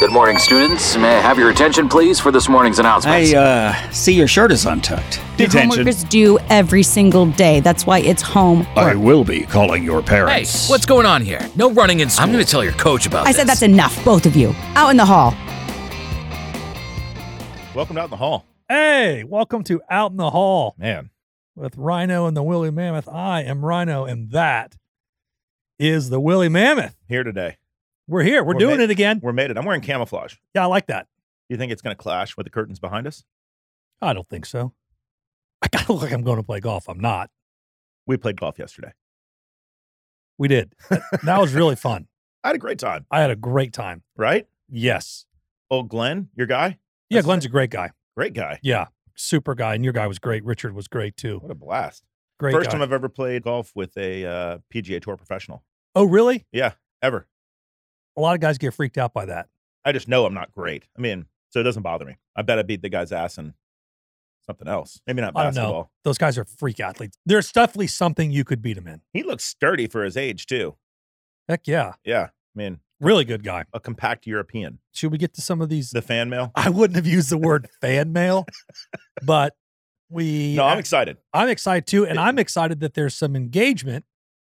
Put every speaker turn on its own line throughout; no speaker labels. Good morning, students. May I have your attention, please, for this morning's announcements?
I uh, see your shirt is untucked.
Detention.
Homework is due every single day. That's why it's home.
I will be calling your
Hey,
parents.
what's going on here? No running in school. I'm going to tell your coach about
I said that's enough, both of you. Out in the hall.
Welcome out in the hall,
Hey, welcome to Out in the Hall
man.
with Rhino and the Willie Mammoth. I am Rhino, and that is the Willie Mammoth.
Here today,
We're here. We're,
We're
doing
ma-
it again.
we're made it. I'm wearing camouflage.
Yeah, I like that.
You think it's going to clash with the curtains behind us?
I don't think so. I gotta look like I'm going to play golf. I'm not.
We played golf yesterday.
We did. That was really fun.
I had a great time,
I had a great time.
right?
Yes.
Old Glenn, your guy,
Yeah,
That's-
Glenn's a great guy.
great guy.
Yeah, super guy. And your guy was great. Richard was great too.
What a blast!
Great
First
guy.
time I've ever played golf with a uh, PGA Tour professional
oh, really?
ever.
A lot of guys get freaked out by that.
I just know I'm not great. I mean, so it doesn't bother me. I bet I beat the guy's ass in something else. Maybe not
I don't know.
basketball.
Those guys are freak athletes. There's definitely something you could beat him in.
He looks sturdy for his age too.
Heck yeah.
Yeah, I mean,
Really good guy.
a compact European.
Should we get to some of these?
The fan mail.
I wouldn't have used the word fan mail, but we.
No, I'm excited.
I'm excited too, and I'm excited that there's some engagement,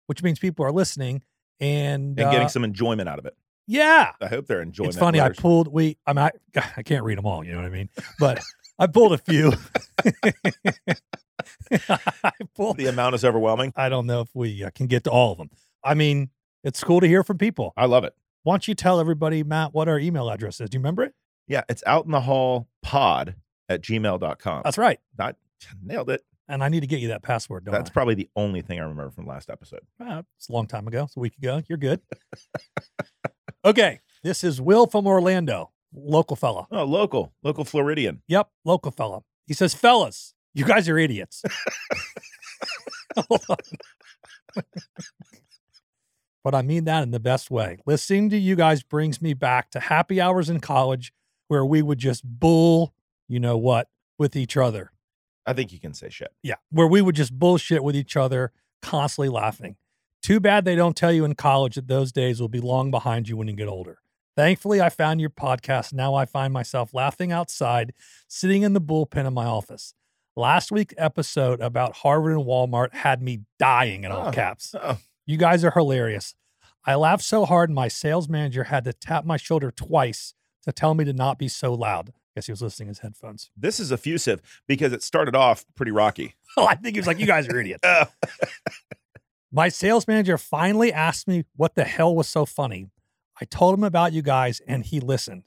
which means people are listening and,
And getting
uh,
some enjoyment out of it.
yeah.
I hope they're enjoying.
it's funny. I pulled we. I mean, I, I can't read them all. You know what I mean? But I pulled a few. I pulled.
the amount is overwhelming.
I don't know if we uh, can get to all of them. I mean, it's cool to hear from people.
I love it.
Why don't you tell everybody, Matt, what our email address is? Do you remember it?
Yeah, it's out in the hall pod at gmail.com.
That's right.
Not, nailed it.
And I need to get you that password. Don't
That's
I?
probably the only thing I remember from last episode.
Uh, it's a long time ago. It's a week ago. You're good. okay. This is Will from Orlando, local fella.
Oh, local, local Floridian.
Yep, local fella. He says, fellas, you guys are idiots. Hold on. but I mean that in the best way. Listening to you guys brings me back to happy hours in college where we would just bull, you know what, with each other.
I think you can say shit.
Yeah, where we would just bullshit with each other, constantly laughing. Too bad they don't tell you in college that those days will be long behind you when you get older. Thankfully, I found your podcast. Now I find myself laughing outside, sitting in the bullpen in my office. Last week's episode about Harvard and Walmart had me dying in all
Oh.
caps.
Oh,
You guys are hilarious. I laughed so hard, my sales manager had to tap my shoulder twice to tell me to not be so loud. guess he was listening to his headphones.
this is effusive because it started off pretty rocky.
Oh, I think he was like, You guys are idiots.
Oh,
My sales manager finally asked me what the hell was so funny. I told him about you guys and he listened.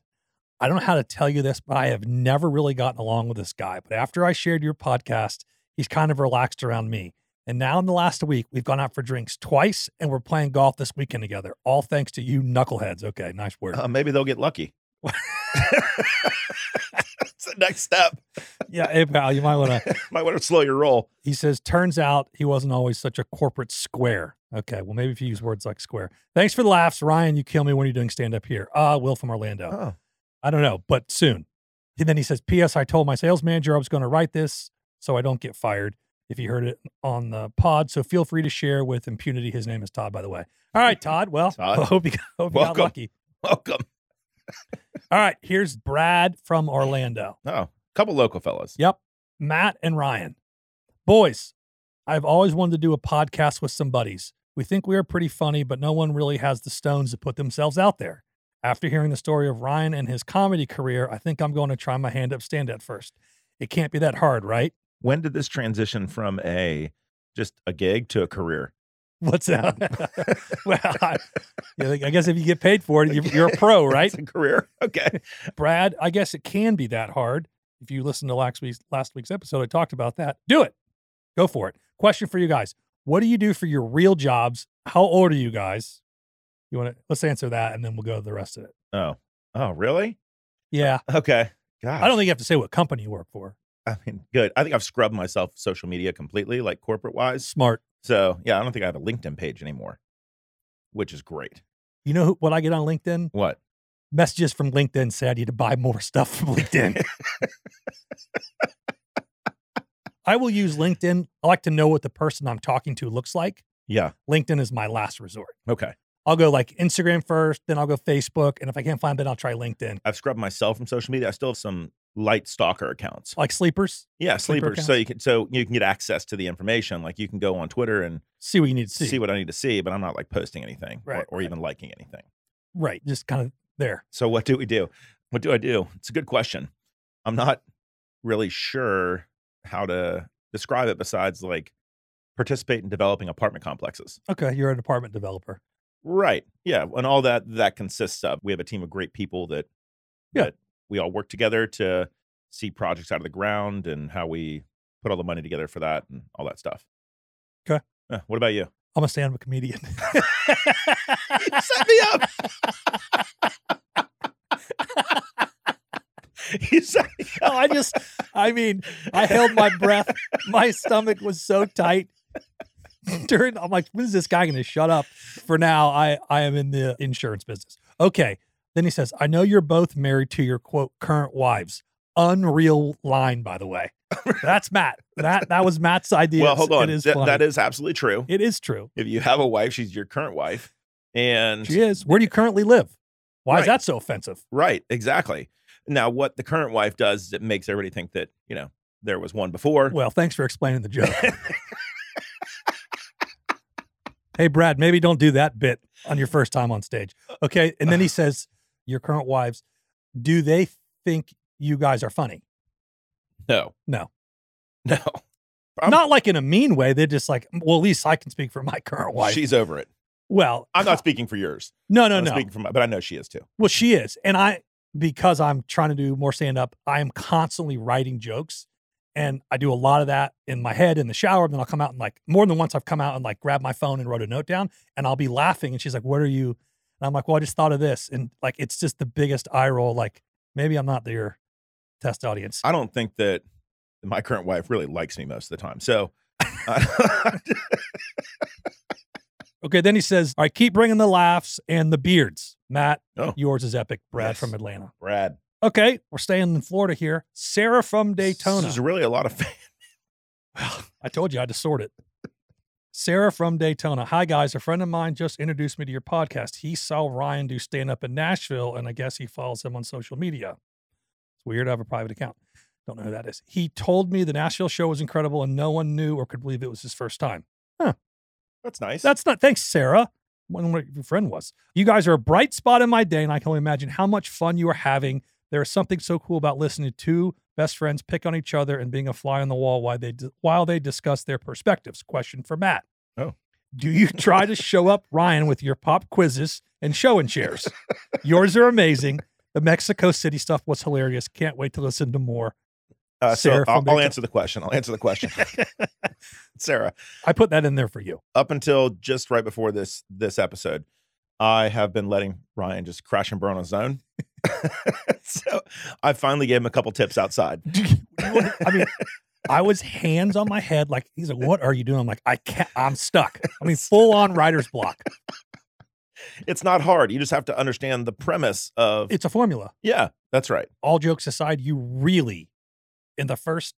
I don't know how to tell you this, but I have never really gotten along with this guy. But after I shared your podcast, he's kind of relaxed around me. And now in the last week, we've gone out for drinks twice and we're playing golf this weekend together, all thanks to you knuckleheads. Okay, nice word.
uh, maybe they'll get lucky. That's the next step.
yeah, hey, pal, you might want to.
Might want to slow your roll.
He says, turns out he wasn't always such a corporate square. Okay, well, maybe if you use words like square. Thanks for the laughs, Ryan. You kill me when you're doing stand up here. Ah, Will from Orlando.
Oh,
I don't know, but soon. And then he says, P.S. I told my sales manager I was going to write this so I don't get fired if you heard it on the pod. So feel free to share with impunity. His name is Todd, by the way. All right, Todd. Well,
Todd.
I hope you, hope you got
Welcome.
lucky.
welcome.
All right, here's Brad from Orlando.
Oh, couple local fellas.
Yep. Matt and Ryan. Boys, I've always wanted to do a podcast with some buddies. We think we are pretty funny, but no one really has the stones to put themselves out there. After hearing the story of Ryan and his comedy career, I think I'm going to try my hand up stand up first. It can't be that hard, right?
When did this transition from a just a gig to a career?
What's that? well, I, yeah, I guess if you get paid for it, you're, you're a pro, right?
It's a career. Okay.
Brad, I guess it can be that hard. If you listen to last week's last week's episode, I talked about that. Do it. Go for it. Question for you guys. What do you do for your real jobs? How old are you guys? You want to let's answer that and then we'll go to the rest of it.
Oh. Oh, really?
Yeah.
Okay. God.
I don't think you have to say what company you work for.
I mean, good. I think I've scrubbed myself social media completely, like corporate wise.
Smart.
So yeah, I don't think I have a LinkedIn page anymore, which is great.
You know who, what I get on LinkedIn?
What?
Messages from LinkedIn say I need to buy more stuff from LinkedIn. I will use LinkedIn. I like to know what the person I'm talking to looks like.
Yeah.
LinkedIn is my last resort.
Okay.
I'll go like Instagram first, then I'll go Facebook, and if I can't find it, I'll try LinkedIn.
I've scrubbed myself from social media. I still have some light stalker accounts.
Like sleepers,
Yeah,
Sleeper
sleepers. So you can so you can get access to the information. Like you can go on Twitter and
see what you need to
see,
see.
what I need to see, but I'm not like posting anything or-
Right,
or,
right.
even liking anything.
right, just kind of there.
So what do we do? What do I do? It's a good question. I'm not really sure how to describe it besides like participate in developing apartment complexes.
Okay, you're an apartment developer.
Right. Yeah. And all that that consists of. We have a team of great people that
Yeah.
that we all work together to see projects out of the ground and how we put all the money together for that and all that stuff.
'Kay.
Yeah, what about you?
I'm a stand-up comedian.
Set me up. you set me
No, I just, I mean, I held my breath. My stomach was so tight. During, I'm like, when is this guy going to shut up? For now, I, I am in the insurance business. Okay. Then he says, I know you're both married to your quote current wives. Unreal line, by the way. That's Matt. That that was Matt's idea.
well, hold
It's-
on.
It is
That-
funny.
that is absolutely true.
It is true.
If you have a wife, she's your current wife. And
She is. Where do you currently live? Why is
Right.
that so offensive?
Right, exactly. Now, what the current wife does is it makes everybody think that, you know, there was one before.
Well, thanks for explaining the joke. hey, Brad, maybe don't do that bit on your first time on stage. Okay. And then he says, Your current wives, do they think you guys are funny?
No.
No.
No. I'm-
not like in a mean way. They're just like, Well, at least I can speak for my current wife.
She's over it.
well,
I'm not speaking for yours.
no, no,
I'm
no.
speaking for my, but I know she is too.
Well, she is. And I, because I'm trying to do more stand up, I am constantly writing jokes. And I do a lot of that in my head in the shower. And then I'll come out and like, more than once, I've come out and like grabbed my phone and wrote a note down and I'll be laughing. And she's like, What are you? And I'm like, Well, I just thought of this. And like, it's just the biggest eye roll. Like, maybe I'm not your test audience.
I don't think that my current wife really likes me most of the time. So, uh,
Okay. Then he says, All right, keep bringing the laughs and the beards. Matt,
Oh.
yours is epic. Brad
Yes.
from Atlanta.
Brad,
Okay. We're staying in Florida here. Sarah from Daytona.
There's really a lot of fan.
Well, I told you I had to sort it. Sarah from Daytona. Hi, guys. A friend of mine just introduced me to your podcast. He saw Ryan do stand up in Nashville, and I guess he follows him on social media. It's weird. I have a private account. Don't know who that is. He told me the Nashville show was incredible, and no one knew or could believe it was his first time.
That's nice.
That's not thanks, Sarah. Wonder what your friend was. You guys are a bright spot in my day, and I can only imagine how much fun you are having. There is something so cool about listening to two best friends pick on each other and being a fly on the wall while they while they discuss their perspectives. Question for Matt:
Oh.
do you try to show up Ryan with your pop quizzes and show and shares? Yours are amazing. The Mexico City stuff was hilarious. Can't wait to listen to more.
uh, so
Sarah from
I'll, I'll
Daytona.
answer the question. I'll answer the question. Sarah,
I put that in there for you.
up until just right before this this episode, I have been letting Ryan just crash and burn on his own. so I finally gave him a couple tips outside.
I mean, I was hands on my head. Like he's like, "What are you doing?" I'm like, "I can't. I'm stuck." I mean, full on writer's block.
It's not hard. You just have to understand the premise of
It's a formula.
yeah, that's right.
All jokes aside, you really, in the first,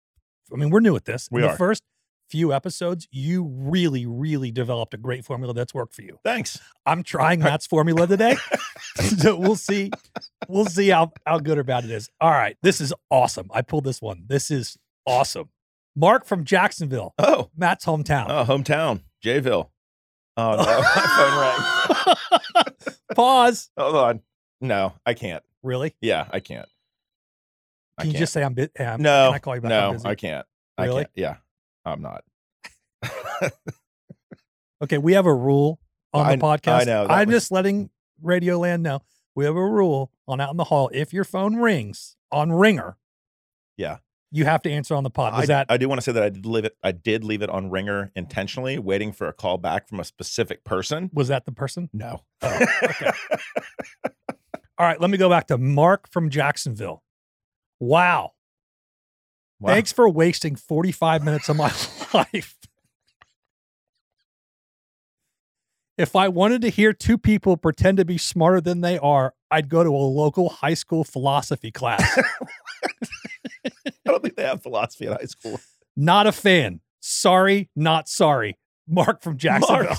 I mean, we're new at this.
We
in
are.
the first few episodes, you really, really developed a great formula that's worked for you.
Thanks.
I'm trying Matt's formula today, so we'll see. We'll see how how good or bad it is. All right, this is awesome. I pulled this one. This is awesome. Mark from Jacksonville,
Oh,
Matt's hometown.
oh, hometown, Jayville. Oh no, my phone rang.
Pause.
Hold on. No, I can't.
Really?
Yeah, I can't. I
Can you
can't.
just say I'm busy? Um,
no?
Can I call you back? I'm
No,
busy.
I can't. I
Really?
can't. Yeah, I'm not.
Okay. We have a rule on the
I- I
podcast.
know, that
I'm
was-
just letting Radio Land know we have a rule on out in the hall. If your phone rings on ringer,
Yeah.
you have to answer on the pod.
I,
Was Uh, that
I do want to say that I did leave it. I did leave it on ringer intentionally, waiting for a call back from a specific person.
was that the person?
No.
All right. Let me go back to Mark from Jacksonville. Wow.
Wow.
Thanks for wasting 45 minutes of my life. If I wanted to hear two people pretend to be smarter than they are, I'd go to a local high school philosophy class.
I don't think they have philosophy at high school.
not a fan. Sorry, not sorry. Mark from Jacksonville.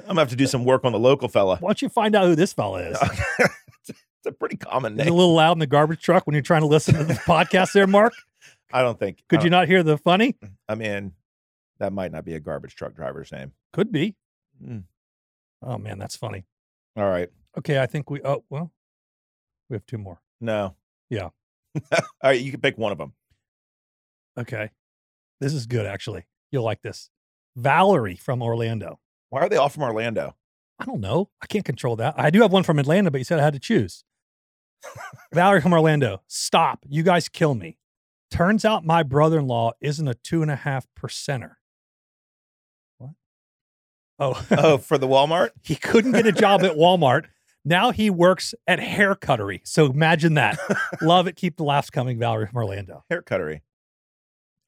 I'm gonna have to do some work on the local fella.
Why don't you find out who this fella is?
it's a pretty common
Is it a
name.
little loud in the garbage truck when you're trying to listen to the podcast there, Mark?
I don't think.
Could you not hear the funny?
I mean, that might not be a garbage truck driver's name.
Could be.
Mm.
Oh, man, that's funny.
All right.
Okay, I think we, oh, well, we have two more.
No.
Yeah.
All right. You can pick one of them.
Okay. This is good, actually. You'll like this. Valerie from Orlando.
Why are they all from Orlando?
I don't know. I can't control that. I do have one from Atlanta, but you said I had to choose. Valerie from Orlando. Stop. You guys kill me. Turns out my brother in law isn't a two and a half percenter. What? Oh,
Oh, for the Walmart?
he couldn't get a job at Walmart. Now he works at hair cuttery. So imagine that. Love it. Keep the laughs coming, Valerie from Orlando.
Hair cuttery.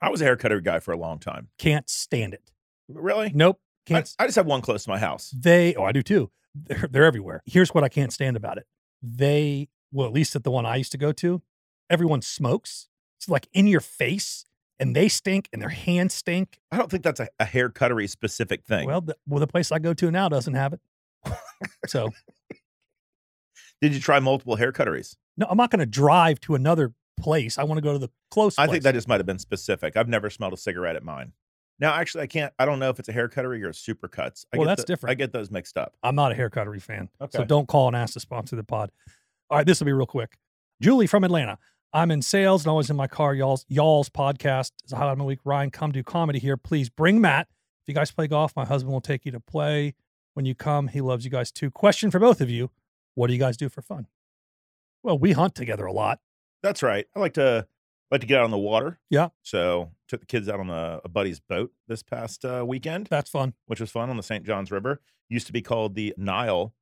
I was a hair cuttery guy for a long time.
Can't stand it.
Really?
Nope.
I,
Can't
I just have one close to my house.
They, oh, I do too. They're, they're everywhere. Here's what I can't stand about it. They, well, at least at the one I used to go to, everyone smokes. It's like in your face and they stink and their hands stink.
I don't think that's a, a hair cuttery specific thing.
Well, the, well, the place I go to now doesn't have it. so,
Did you try multiple hair cutteries?
no, I'm not going to drive to another place. I want to go to the close
I
place.
think that just might have been specific. I've never smelled a cigarette at mine. Now, actually, I can't. I don't know if it's a hair cuttery or a super cuts. I
Well,
get
that's
the- I
different.
get those mixed up.
I'm not a hair cuttery fan. So
Okay.
don't call and ask to sponsor the pod. All right, this will be real quick. Julie from Atlanta. I'm in sales and always in my car. Y'all's y'all's podcast is a highlight of my week. Ryan, come do comedy here. Please bring Matt. If you guys play golf, my husband will take you to play when you come. He loves you guys too. Question for both of you. What do you guys do for fun? Well, we hunt together a lot.
That's right. I like to like to get out on the water.
Yeah.
So took the kids out on a, a buddy's boat this past uh, weekend,
That's fun.
which was fun on the St. Johns River. Used to be called the Nile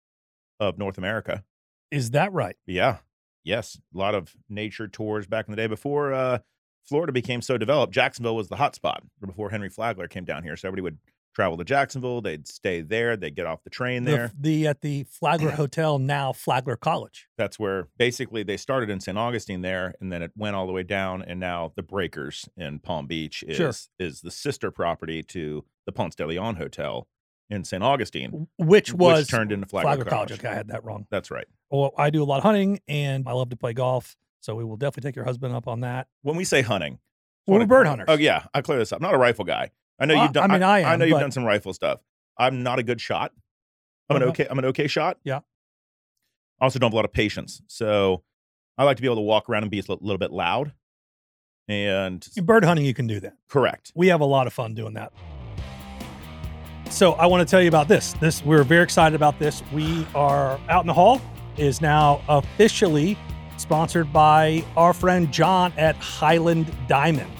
of North America.
Is that right?
Yeah. Yes. A lot of nature tours back in the day before uh, Florida became so developed. Jacksonville was the hot spot before Henry Flagler came down here. So everybody would travel to Jacksonville. They'd stay there. They'd get off the train
The-
there.
The, at the Flagler Hotel, now Flagler College.
That's where basically they started in St. Augustine there, and then it went all the way down. And now the Breakers in Palm Beach is
Sure.
is the sister property to the Ponce de Leon Hotel in St. Augustine,
w- Which was
turned into Flagler,
Flagler College.
College.
Okay, I had that wrong.
That's right.
Well, I do a lot of hunting and I love to play golf. So we will definitely take your husband up on that.
When we say hunting,
Well,
wanna-
we're bird hunters.
oh yeah, I clear this up. I'm not a rifle guy. I know
Well,
you've done.
I mean, I
I know
am,
you've
but-
done some rifle stuff. I'm not a good shot. I'm an
Okay.
okay. I'm an okay shot.
Yeah.
I also don't have a lot of patience, so I like to be able to walk around and be a little- little bit loud. And
Bird hunting, you can do that.
correct.
We have a lot of fun doing that. So I want to tell you about this. This we're very excited about this. We are out in the hall is now officially sponsored by our friend John at Highland Diamond.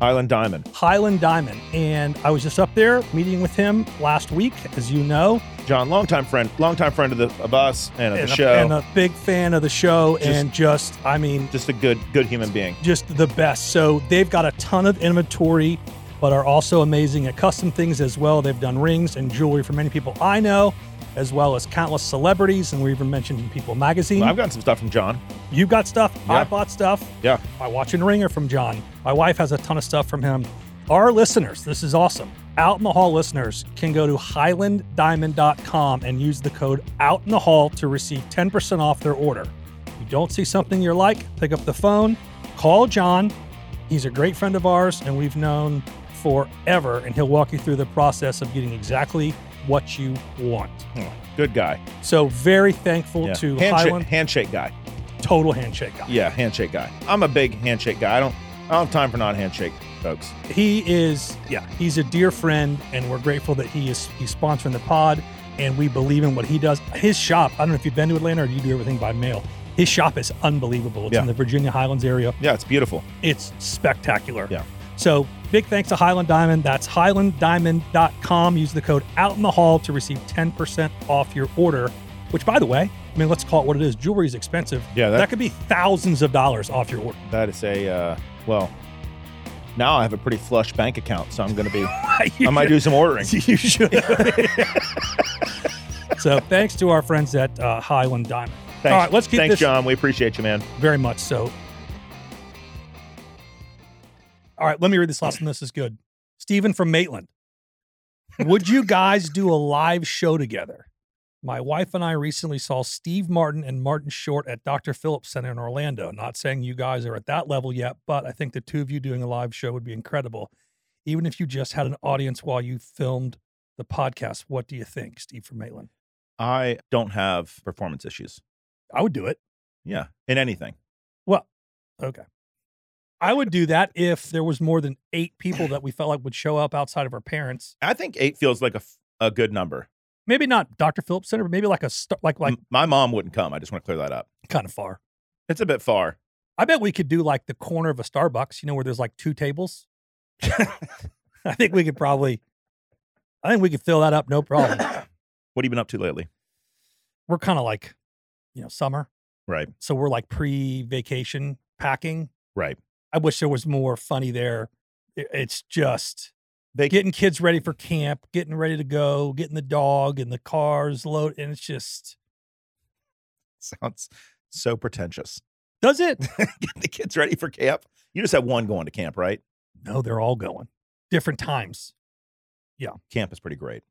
Island Diamond.
Highland Diamond. And I was just up there meeting with him last week, as you know.
John, longtime friend, longtime friend of the of us and of
and,
the
a,
show.
and a big fan of the show.
Just-
and just, I mean,
just a good good human being.
just the best. So they've got a ton of inventory, but are also amazing at custom things as well. They've done rings and jewelry for many people I know, as well as countless celebrities, and we even mentioned in People Magazine.
I've gotten some stuff from John.
you got stuff. I
Yeah.
bought stuff.
Yeah.
My watch and ringer from John. My wife has a ton of stuff from him. Our listeners, this is awesome. Out in the Hall listeners can go to highlanddiamond.com and use the code out in the hall to receive 10% off their order. If you don't see something you like, pick up the phone, call John. He's a great friend of ours and we've known forever, and he'll walk you through the process of getting exactly what you want.
Hmm, Good guy.
So, very thankful
Yeah.
to
handshake,
Highland.
handshake guy.
Total handshake guy.
Yeah, handshake guy. I'm a big handshake guy. I don't I don't have time for non handshake folks.
he is yeah he's a dear friend and we're grateful that he is he's sponsoring the pod and we believe in what he does his shop i don't know if you've been to atlanta or you do everything by mail his shop is unbelievable it's in
Yeah.
the virginia highlands area
Yeah, it's beautiful.
it's spectacular
Yeah.
so big thanks to highland diamond that's highlanddiamond.com use the code out in the hall to receive 10% off your order which by the way i mean let's call it what it is jewelry is expensive
Yeah, that-
that could be thousands of dollars off your order
That is a uh, well. Now I have a pretty flush bank account, so I'm gonna be. I might do some ordering.
you should. so thanks to our friends at uh, Highland Diamond.
Thanks,
All right, let's keep
thanks,
this
John. We appreciate you, man.
very much so. All right, let me read this last one. This is good. Stephen from Maitland. Would you guys do a live show together? My wife and I recently saw Steve Martin and Martin Short at Dr. Phillips Center in Orlando. Not saying you guys are at that level yet, but I think the two of you doing a live show would be incredible. Even if you just had an audience while you filmed the podcast, what do you think, Steve from Maitland?
I don't have performance issues.
I would do it.
Yeah, in anything.
Well, okay. I would do that if there was more than eight people that we felt like would show up outside of our parents.
I think eight feels like a, f- a good number.
Maybe not Dr. Phillips Center, but maybe like a st- like like
M- my mom wouldn't come. I just want to clear that up.
kind of far.
It's a bit far.
I bet we could do like the corner of a Starbucks, you know, where there's like two tables. I think we could probably, I think we could fill that up, no problem.
What have you been up to lately?
We're kind of like, you know, summer,
Right,
so we're like pre-vacation packing.
right.
I wish there was more funny there. I- It's just
They
getting kids ready for camp, getting ready to go, getting the dog and the cars load, and it's just
sounds so pretentious.
does it?
Get the kids ready for camp. You just have one going to camp, right?
no, they're all going different times.
Camp is pretty great,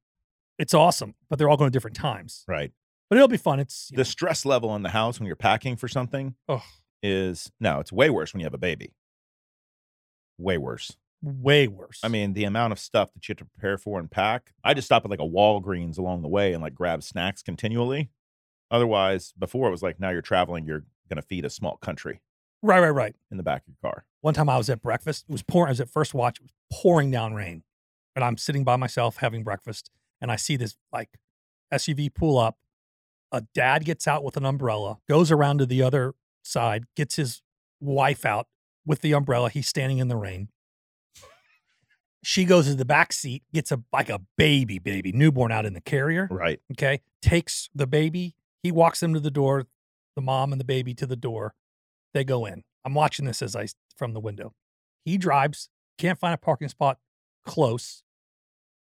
It's awesome, but they're all going different times.
right?
But it'll be fun. It's you know,
The stress level in the house when you're packing for something
Ugh.
is no, it's way worse when you have a baby. Way worse.
way worse.
I mean, the amount of stuff that you have to prepare for and pack. I just stop at like a Walgreens along the way and like grab snacks continually. Otherwise, before it was like now you're traveling, you're going to feed a small country
right, right, right.
in the back of your car.
One time I was at breakfast. It was pouring. I was at first watch. It was pouring down rain, and I'm sitting by myself having breakfast, and I see this like SUV pull up. A dad gets out with an umbrella, goes around to the other side, gets his wife out with the umbrella. He's standing in the rain. She goes to the back seat, gets a like a baby, baby, newborn out in the carrier.
Right.
okay, takes the baby. He walks them to the door, the mom and the baby to the door. They go in. I'm watching this as I from the window. He drives, can't find a parking spot close.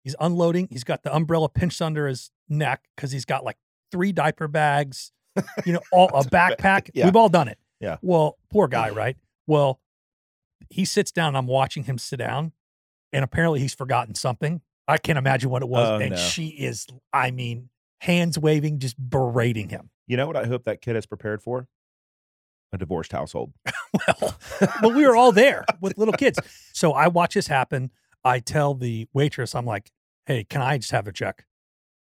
He's unloading. He's got the umbrella pinched under his neck because he's got like three diaper bags, you know, all a backpack.
Yeah.
We've all done it.
Yeah.
Well, poor guy, right? Well, he sits down and I'm watching him sit down. And apparently he's forgotten something. I can't imagine what it was.
Oh,
and
no.
she is, I mean, hands waving, just berating him.
You know what I hope that kid is prepared for? A divorced household.
Well, but we were all there with little kids. So I watch this happen. I tell the waitress, I'm like, hey, can I just have a check?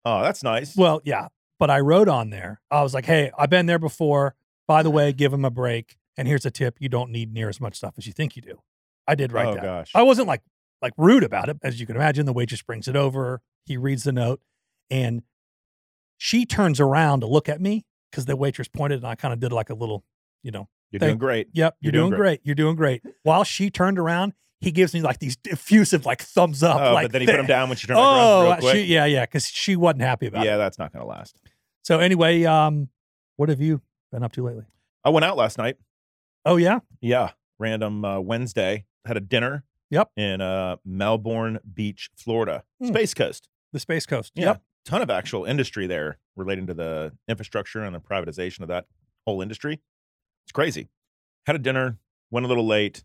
Oh, that's nice.
Well, yeah. But I wrote on there, I was like, hey, I've been there before. By the way, give him a break. And here's a tip you don't need near as much stuff as you think you do. I did write
oh
that.
gosh.
I wasn't like like rude about it, as you can imagine. The waitress brings it over. He reads the note, and she turns around to look at me because the waitress pointed, and I kind of did like a little, you know,
you're
thank-
doing great.
yep, you're,
You're
doing,
doing
great. you're doing great. While she turned around, he gives me like these effusive like thumbs up,
oh,
like
but then he
th-
put him down when she turned back around
Oh,
real quick.
she, yeah, yeah, because she wasn't happy about it.
yeah, that's not going to last.
So anyway, um, what have you been up to lately?
I went out last night.
Oh yeah,
Yeah, random uh, Wednesday. Had a dinner.
Yep.
In uh, Melbourne Beach, Florida,
Hmm.
Space Coast.
the Space Coast.
Yeah, ton of actual industry there relating to the infrastructure and the privatization of that whole industry. It's crazy. Had a dinner, went a little late.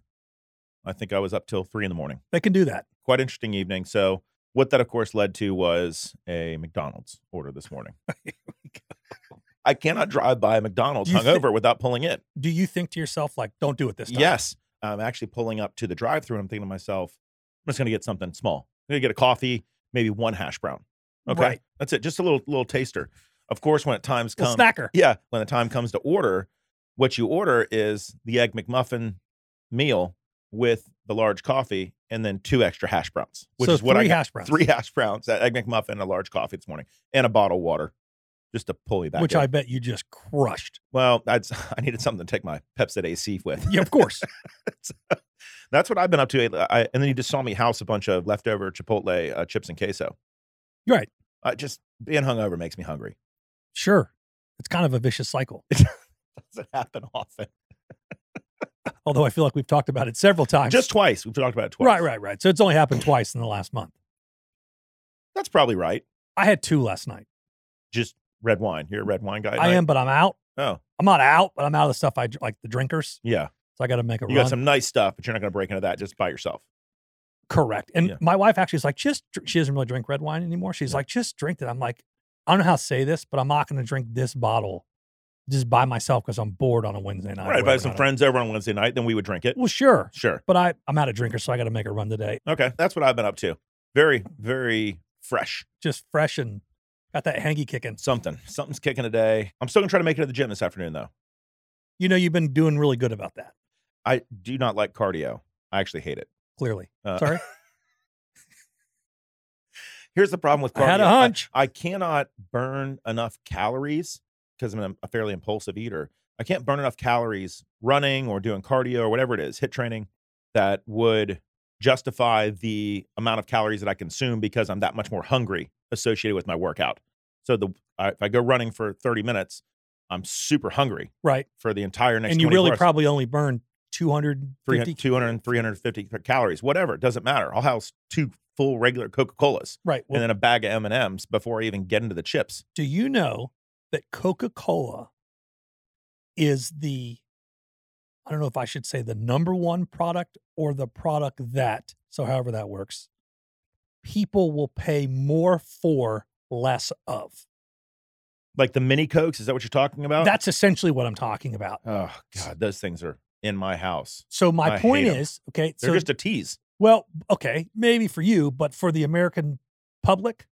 I think I was up till three in the morning.
they can do that.
Quite interesting evening. So what that, of course, led to was a McDonald's order this morning. I cannot drive by a McDonald's
You thi-
hungover without pulling in.
Do you think to yourself like, don't do it this time?
Yes. I'm actually pulling up to the drive through and I'm thinking to myself, I'm just going to get something small. I'm going to get a coffee, maybe one hash brown. Okay.
Right.
That's it. Just a little little taster. Of course, when it times
Well,
comes,
snacker.
yeah, when the time comes to order, what you order is the egg McMuffin meal with the large coffee and then two extra hash browns, which
so
is what
three
I got.
hash browns.
Three hash browns, that egg McMuffin, a large coffee this morning, and a bottle of water just to pull you back.
which
in.
I bet you just crushed.
well, I'd, I needed something to take my Pepsi AC with.
Yeah, of course.
uh, That's what I've been up to. I, and then you just saw me house a bunch of leftover Chipotle uh, chips and queso.
Right.
I just being hungover makes me hungry.
sure. It's kind of a vicious cycle.
Doesn't happen often.
Although I feel like we've talked about it several times.
Just twice. We've talked about it twice.
right, right, right. So it's only happened twice in the last month.
That's probably right.
I had two last night.
Just red wine. You're a red wine guy. at
I
night?
am, but I'm out.
Oh,
I'm not out, but I'm out of the stuff I dr- like the drinkers.
yeah.
So I got to make a
You
run.
got some nice stuff, but you're not going to break into that just by yourself.
Correct. And
Yeah.
my wife actually is like, just dr- she doesn't really drink red wine anymore. She's like, just drink it. I'm like, I don't know how to say this, but I'm not going to drink this bottle just by myself because I'm bored on a Wednesday night. or
Right. If I
whatever,
had some
don't-
friends over on Wednesday night, then we would drink it.
Well, sure,
Sure.
but I I'm out of drinker, so I got to make a run today.
Okay. That's what I've been up to. Very, very fresh.
Just fresh and got that hangy kicking.
Something. Something's kicking today. I'm still gonna try to make it to the gym this afternoon though.
You know, you've been doing really good about that.
I do not like cardio. I actually hate it.
Clearly,
Uh,
sorry.
Here's the problem with
I
cardio.
had a hunch.
I cannot burn enough calories because I'm a fairly impulsive eater. I can't burn enough calories running or doing cardio or whatever it is, hit training, that would justify the amount of calories that I consume because I'm that much more hungry associated with my workout. So the I, if I go running for 30 minutes, I'm super hungry
right,
for the entire next.
and you really
24 hours.
probably only burned 250
300, 200, 350 calories, whatever. It doesn't matter. I'll house two full regular Coca Colas
Right. Well,
and then a bag of M and M's before I even get into the chips.
do you know that Coca Cola is the, I don't know if I should say the number one product or the product that, so however that works, people will pay more for less of.
Like the mini cokes, is that what you're talking about?
That's essentially what I'm talking about.
oh god, those things are in my house.
So my
I hate
point
'em.
is, okay,
They're
so
just a tease.
well, okay, maybe for you, but for the American public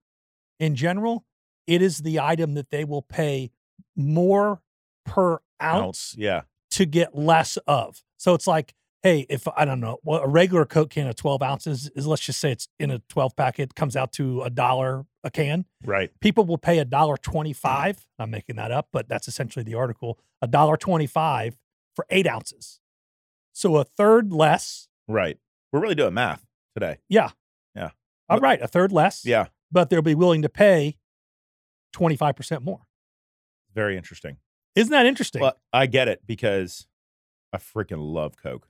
in general, it is the item that they will pay more per ounce
yeah,
to get less of. So it's like, hey, if I don't know, well, a regular Coke can of 12 ounces is let's just say it's in a 12 pack, it comes out to a dollar a can.
right.
People will pay a dollar 25.
Mm-hmm.
I'm making that up, but that's essentially the article. A dollar 25 for eight ounces. So a third less.
Right. We're really doing math today.
Yeah.
Yeah.
All
But-
right. A third less.
Yeah.
But they'll be willing to pay 25% more.
Very interesting.
Isn't that interesting?
Well, I get it because I freaking love Coke.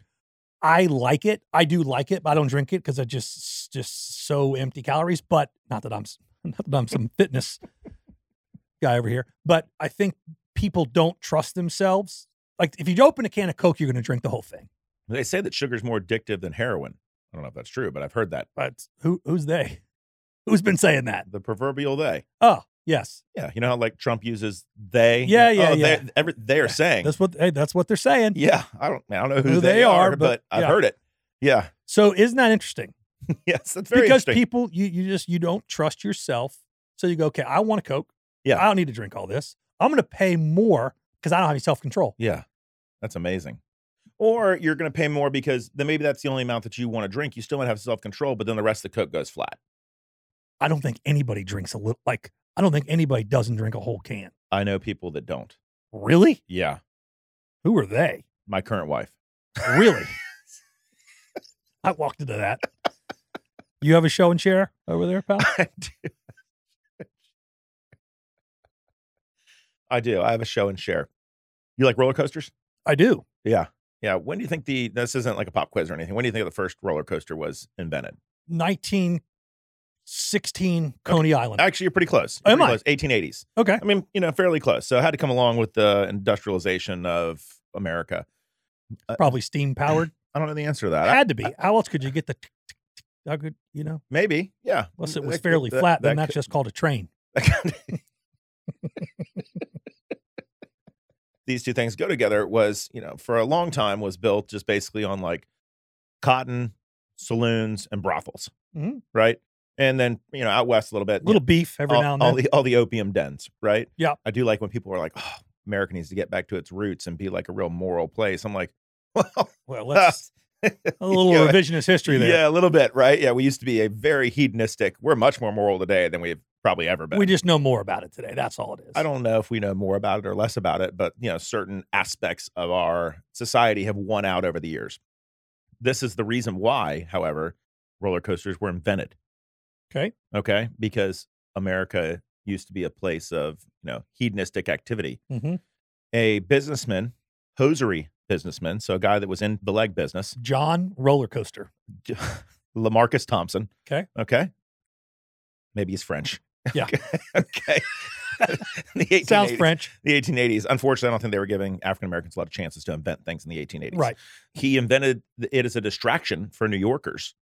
I like it. I do like it, but I don't drink it because I just just so empty calories. But not that I'm s- not that I'm some fitness guy over here. But I think people don't trust themselves. Like if you open a can of Coke, you're going to drink the whole thing.
They say that sugar's more addictive than heroin. I don't know if that's true, but I've heard that.
But who who's they? Who's been saying that?
The proverbial they.
Oh yes,
Yeah, you know how like Trump uses they.
Yeah, yeah,
oh,
yeah.
They, every, they are saying.
that's what hey, that's what they're saying.
yeah, I don't. I don't know who,
Who
they, are, but, I've
yeah.
heard it. Yeah,
So isn't that interesting?
yes, that's very
because
interesting.
people you you just you don't trust yourself so you go okay i want a coke
Yeah.
i don't need to drink all this i'm going to pay more because i don't have any self-control
yeah, that's amazing. Or you're going to pay more because then maybe that's the only amount that you want to drink. You still want to have self control, but then the rest of the coke goes flat.
i don't think anybody drinks a little like i don't think anybody doesn't drink a whole can
I know people that don't.
really
Yeah,
who are they
my current wife.
really i walked into that you have a show and share over there pal
I do. I do. I have a show and share. You like roller coasters?
i do
Yeah. Yeah. When do you think the this isn't like a pop quiz or anything? When do you think the first roller coaster was invented?
1916 coney island
Actually, you're pretty close.
Am
You're
I?
pretty close. 1880s.
okay
I mean, you know, fairly close. So it had to come along with the industrialization of America.
probably steam powered
I don't know the answer to that. I-
had to be how else could you get the tick, tick, tick? how could you know
maybe. Yeah.
Unless it
That
was
could-
fairly
that-
flat, then
that
that's just called a train.
could- These two things go together was, you know, for a long time was built just basically on like cotton, saloons, and brothels.
Mhm.
Right. And then, you know, out west a little bit. you know,
Little beef every
all,
now and
all
then.
the all the opium dens, right?
Yeah.
I do like when people are like, "Oh, America needs to get back to its roots and be like a real moral place." I'm like, well,
well, let's a little
Yeah.
revisionist history there.
yeah, a little bit, right? Yeah, we used to be a very hedonistic. We're much more moral today than we've probably ever been.
we just know more about it today. That's all it is.
I don't know if we know more about it or less about it, but you know, certain aspects of our society have won out over the years. This is the reason why, however, roller coasters were invented.
Okay.
Okay, because America used to be a place of you know hedonistic activity.
hmm
a businessman, hosiery businessman, so a guy that was in the leg business,
John roller coaster.
Lamarcus Thompson.
Okay.
Okay. Maybe he's French.
Yeah.
okay. the 1880s,
Sounds French,
The 1880s. Unfortunately, I don't think they were giving African Americans a lot of chances to invent things in the 1880s.
right?
He invented th- it as a distraction for New Yorkers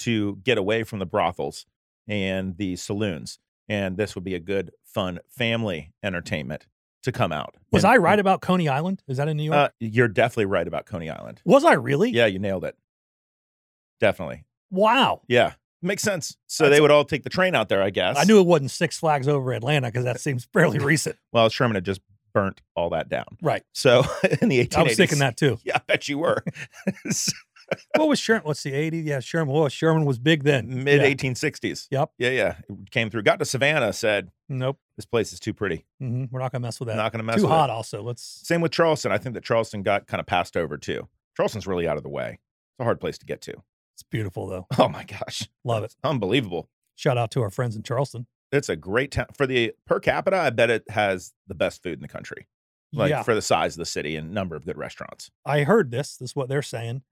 to get away from the brothels and the saloons. And this would be a good, fun family entertainment to come out.
Was
And-
I right about Coney Island? Is that in New York?
Uh, you're definitely right about Coney Island.
was I really?
Yeah, you nailed it. Definitely.
Wow.
Yeah. Makes sense. So
That's-
they would all take the train out there, I guess.
I knew it wasn't Six Flags over Atlanta because that seems fairly recent.
Well, Sherman had just burnt all that down.
Right.
So in the 1880s.
I was thinking that too.
Yeah, I bet you were.
What was Sherman? What's the 80? Yeah, Sherman. Well, Sherman was big then.
Mid
Yeah.
1860s.
Yep.
Yeah, yeah. It came through. Got to Savannah, said,
Nope.
this place is too pretty.
hmm We're not going to mess with that.
Not going to mess
too
with
hot,
it.
also. Let's.
Same with Charleston. I think that Charleston got kind of passed over too. Charleston's really out of the way. It's a hard place to get to.
It's beautiful, though.
Oh my gosh.
Love it.
Unbelievable.
Shout out to our friends in Charleston.
It's a great town. For the per capita, I bet it has the best food in the country. Like
yeah.
for the size of the city and number of good restaurants.
I heard this. This is what they're saying.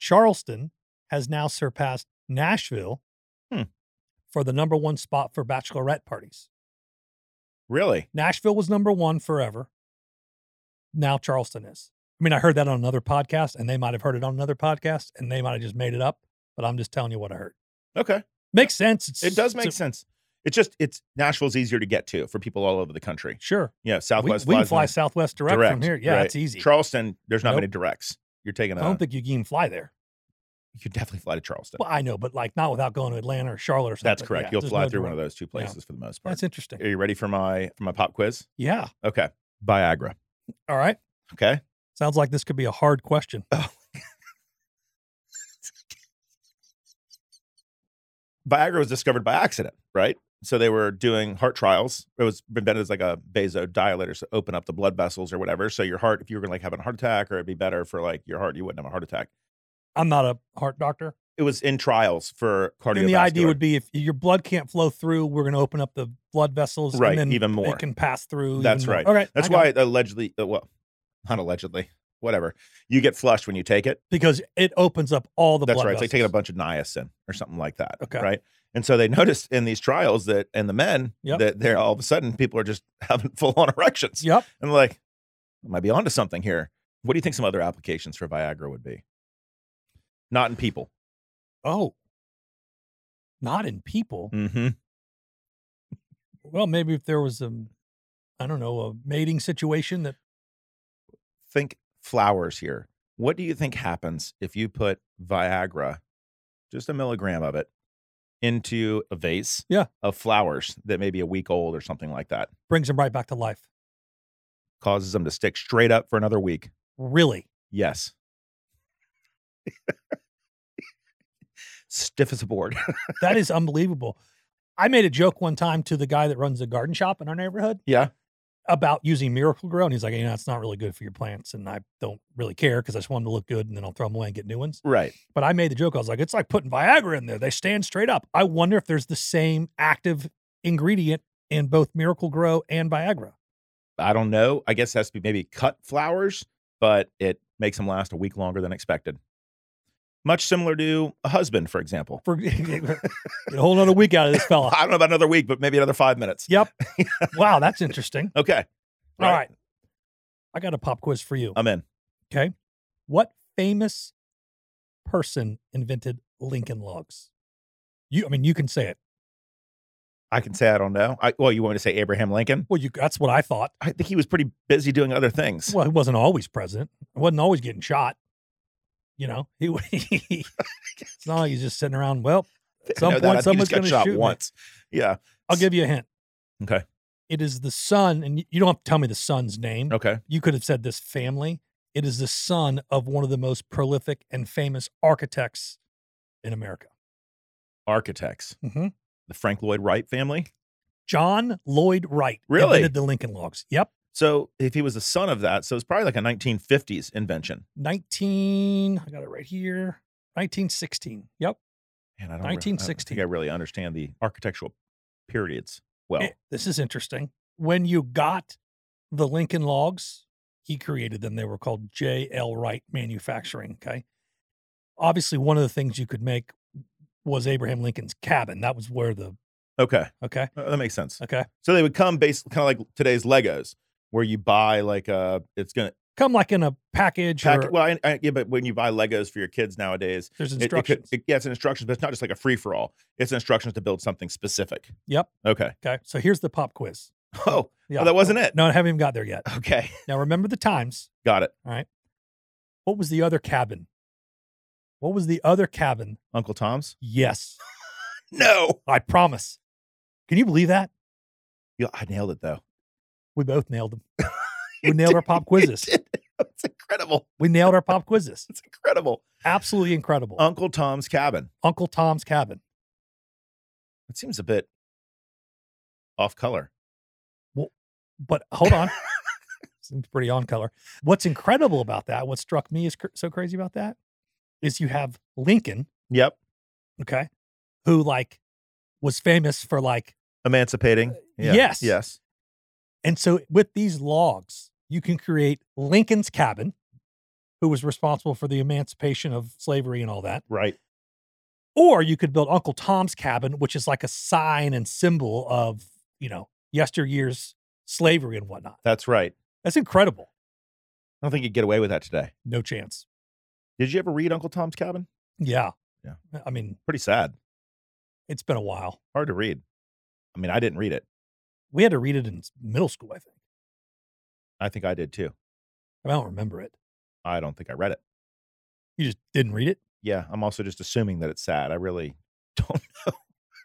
Charleston has now surpassed Nashville
Hmm.
for the number one spot for bachelorette parties.
Really?
Nashville was number one forever. Now Charleston is. I mean, I heard that on another podcast, and they might have heard it on another podcast, and they might have just made it up. But I'm just telling you what I heard.
Okay.
Makes sense. It's,
It does
it's
make
a-
sense. It's just it's Nashville's easier to get to for people all over the country.
Sure.
Yeah,
We,
Southwest
we can
flies
fly
in-
Southwest direct, from here. Yeah,
right.
it's easy.
Charleston, uh, there's not
Nope.
many directs. You're taking
I
a.
don't think you can even fly there.
you could definitely fly to Charleston.
Well, I know, but like not without going to Atlanta or Charlotte or something.
That's correct.
Yeah,
You'll
there's
fly
no
through one of
direct-
those two places for the most part.
That's interesting.
Are you ready for my for my pop quiz?
Yeah.
Okay, Viagra.
All right.
Okay,
Sounds like this could be a hard question.
Uh, Viagra was discovered by accident, right? So they were doing heart trials. It was invented as like a vasodilator to open up the blood vessels or whatever. So your heart, if you were gonna like having a heart attack, or it'd be better for like your heart, you wouldn't have a heart attack.
I'm not a heart doctor.
It was in trials for cardiovascular.
And the idea would be if your blood can't flow through, we're going to open up the blood vessels.
Right,
And then
even more.
It can pass through.
That's
even more.
right.
All right.
That's
I got
why
it.
it allegedly, uh, well, not allegedly, whatever. You get flushed when you take it.
Because it opens up all the
That's
blood
right. It's like taking a
vessels.
bunch of niacin or something like that.
Okay.
Right. And so they noticed in these trials that, and the men,
Yep.
that they're all of a sudden people are just having full on erections.
Yep.
And they're like, I might be onto something here. What do you think some other applications for Viagra would be? Not in people.
Oh. Not in people.
Mm-hmm.
Well, maybe if there was a, I don't know, a mating situation that
Think flowers here. What do you think happens if you put Viagra, just a milligram of it, into a vase
Yeah.
of flowers that may be a week old or something like that?
brings them right back to life.
Causes them to stick straight up for another week.
Really?
Yes. Stiff as a board.
That is unbelievable. I made a joke one time to the guy that runs the garden shop in our neighborhood.
Yeah.
about using Miracle Grow, and he's like, you know, it's not really good for your plants, and I don't really care because I just want them to look good, and then I'll throw them away and get new ones.
Right.
But I made the joke. I was like, it's like putting Viagra in there; they stand straight up. I wonder if there's the same active ingredient in both Miracle Grow and Viagra.
I don't know. I guess it has to be maybe cut flowers, but it makes them last a week longer than expected. Much similar to a husband, for example.
For get a whole another week out of this fella.
I don't know about another week, but maybe another five minutes.
Yep. Wow, that's interesting.
Okay.
All right, I got a pop quiz for you.
I'm in.
what famous person invented Lincoln Logs? You, I mean, you can say it.
I can say I don't know. I, well, you want me to say Abraham Lincoln?
Well, you—that's what I thought.
I think he was pretty busy doing other things.
Well, he wasn't always president. He wasn't always getting shot. You know, he. wa- it's not like he's just sitting around. Well,
At
some point someone's
got
gonna
shot
shoot me.
once. Yeah.
I'll give you a hint.
Okay.
It is the son, and y- you don't have to tell me the son's name.
Okay.
You could have said this family. It is the son of one of the most prolific and famous architects in America.
Architects.
Mhm.
The Frank Lloyd Wright family.
John Lloyd Wright
Really?
invented the Lincoln Logs. Yep,
So if he was the son of that, so it's probably like a 1950s invention.
nineteen. I got it right here. Nineteen sixteen. Yep.
And I don't, re- I don't think
1960.
I really understand the architectural periods well.
Eh, this is interesting. When you got the Lincoln logs, he created them. They were called J.L. Wright Manufacturing. Okay. Obviously, one of the things you could make was Abraham Lincoln's cabin. That was where the,
okay,
okay.
Uh, that makes sense.
Okay.
So they would come based kind of like today's Legos, where you buy like a uh, it's gonna
come like in a package
Pack,
or
well, I, I, yeah, but when you buy Legos for your kids nowadays,
there's
it- it could-
instructions.
it- yeah, it's instructions, but it's not just like a free for all. It's instructions to build something specific.
Yep.
Okay.
okay. So here's the pop quiz.
Oh,
Yeah.
that wasn't it.
No, I haven't even got there yet.
Okay.
Now remember the times.
Got it.
What was the other cabin? What was the other cabin?
Uncle Tom's?
Yes.
No.
I promise. Can you believe that?
You, I nailed it though.
We both nailed them.
You
We nailed our
did-
pop
you
quizzes.
did it. It's incredible.
We nailed our pop quizzes.
It's incredible.
Absolutely incredible.
Uncle Tom's cabin.
Uncle Tom's Cabin.
It seems a bit off color.
But hold on. Seems pretty on color. What's incredible about that, what struck me is cr- so crazy about that, is you have Lincoln,
Yep.
okay, who like was famous for like,
Emancipating. Yeah.
Uh, Yes.
Yes.
and so with these logs, you can create Lincoln's Cabin, who was responsible for the emancipation of slavery and all that.
Right.
Or you could build Uncle Tom's Cabin, which is like a sign and symbol of, you know, yesteryear's slavery and whatnot.
That's right.
That's incredible.
I don't think you'd get away with that today.
No chance.
Did you ever read Uncle Tom's Cabin?
Yeah.
Yeah.
I mean,
Pretty sad.
it's been a while.
Hard to read. I mean, I didn't read it.
We had to read it in s- middle school, I think.
I think I did too.
I don't remember it.
I don't think I read it.
You just didn't read it?
Yeah. I'm also just assuming that it's sad. I really don't.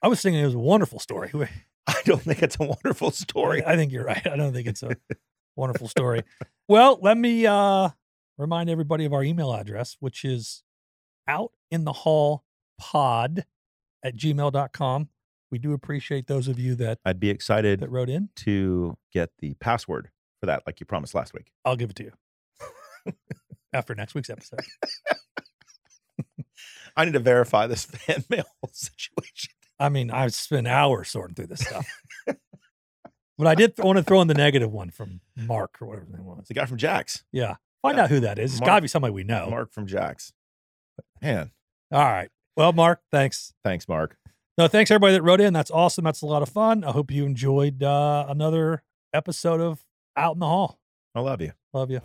I was thinking it was a wonderful story. I-
I don't think it's a wonderful story.
I think you're right. I don't think it's a wonderful story. Well, let me uh, remind everybody of our email address, which is out in the hall pod at gmail.com. We do appreciate those of you that,
I'd be excited
that wrote in.
to get the password for that, like you promised last week.
I'll give it to you after next week's episode.
I need to verify this fan mail situation.
I mean, I've spent hours sorting through this stuff. but I did want to throw in the negative one from Mark or whatever his name was.
It's the guy from Jax.
Yeah. Find
Yeah.
out who that is. It's
Mark-
got to be somebody we know.
Mark from Jax. Man,
All right. Well, Mark, thanks.
thanks, Mark.
No, thanks everybody that wrote in. That's awesome. That's a lot of fun. I hope you enjoyed uh, another episode of Out in the Hall.
I love you.
Love you.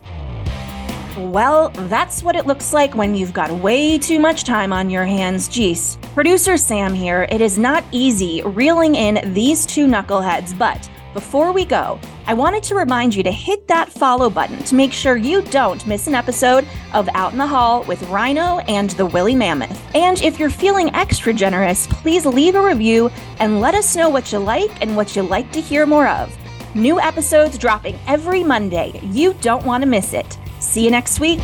Well, that's what it looks like when you've got way too much time on your hands. Jeez. Producer Sam here. It is not easy reeling in these two knuckleheads, but before we go, I wanted to remind you to hit that follow button to make sure you don't miss an episode of Out in the Hall with Rhino and the Willy Mammoth. And if you're feeling extra generous, please leave a review and let us know what you like and what you like to hear more of. New episodes dropping every Monday. You don't want to miss it. See you next week.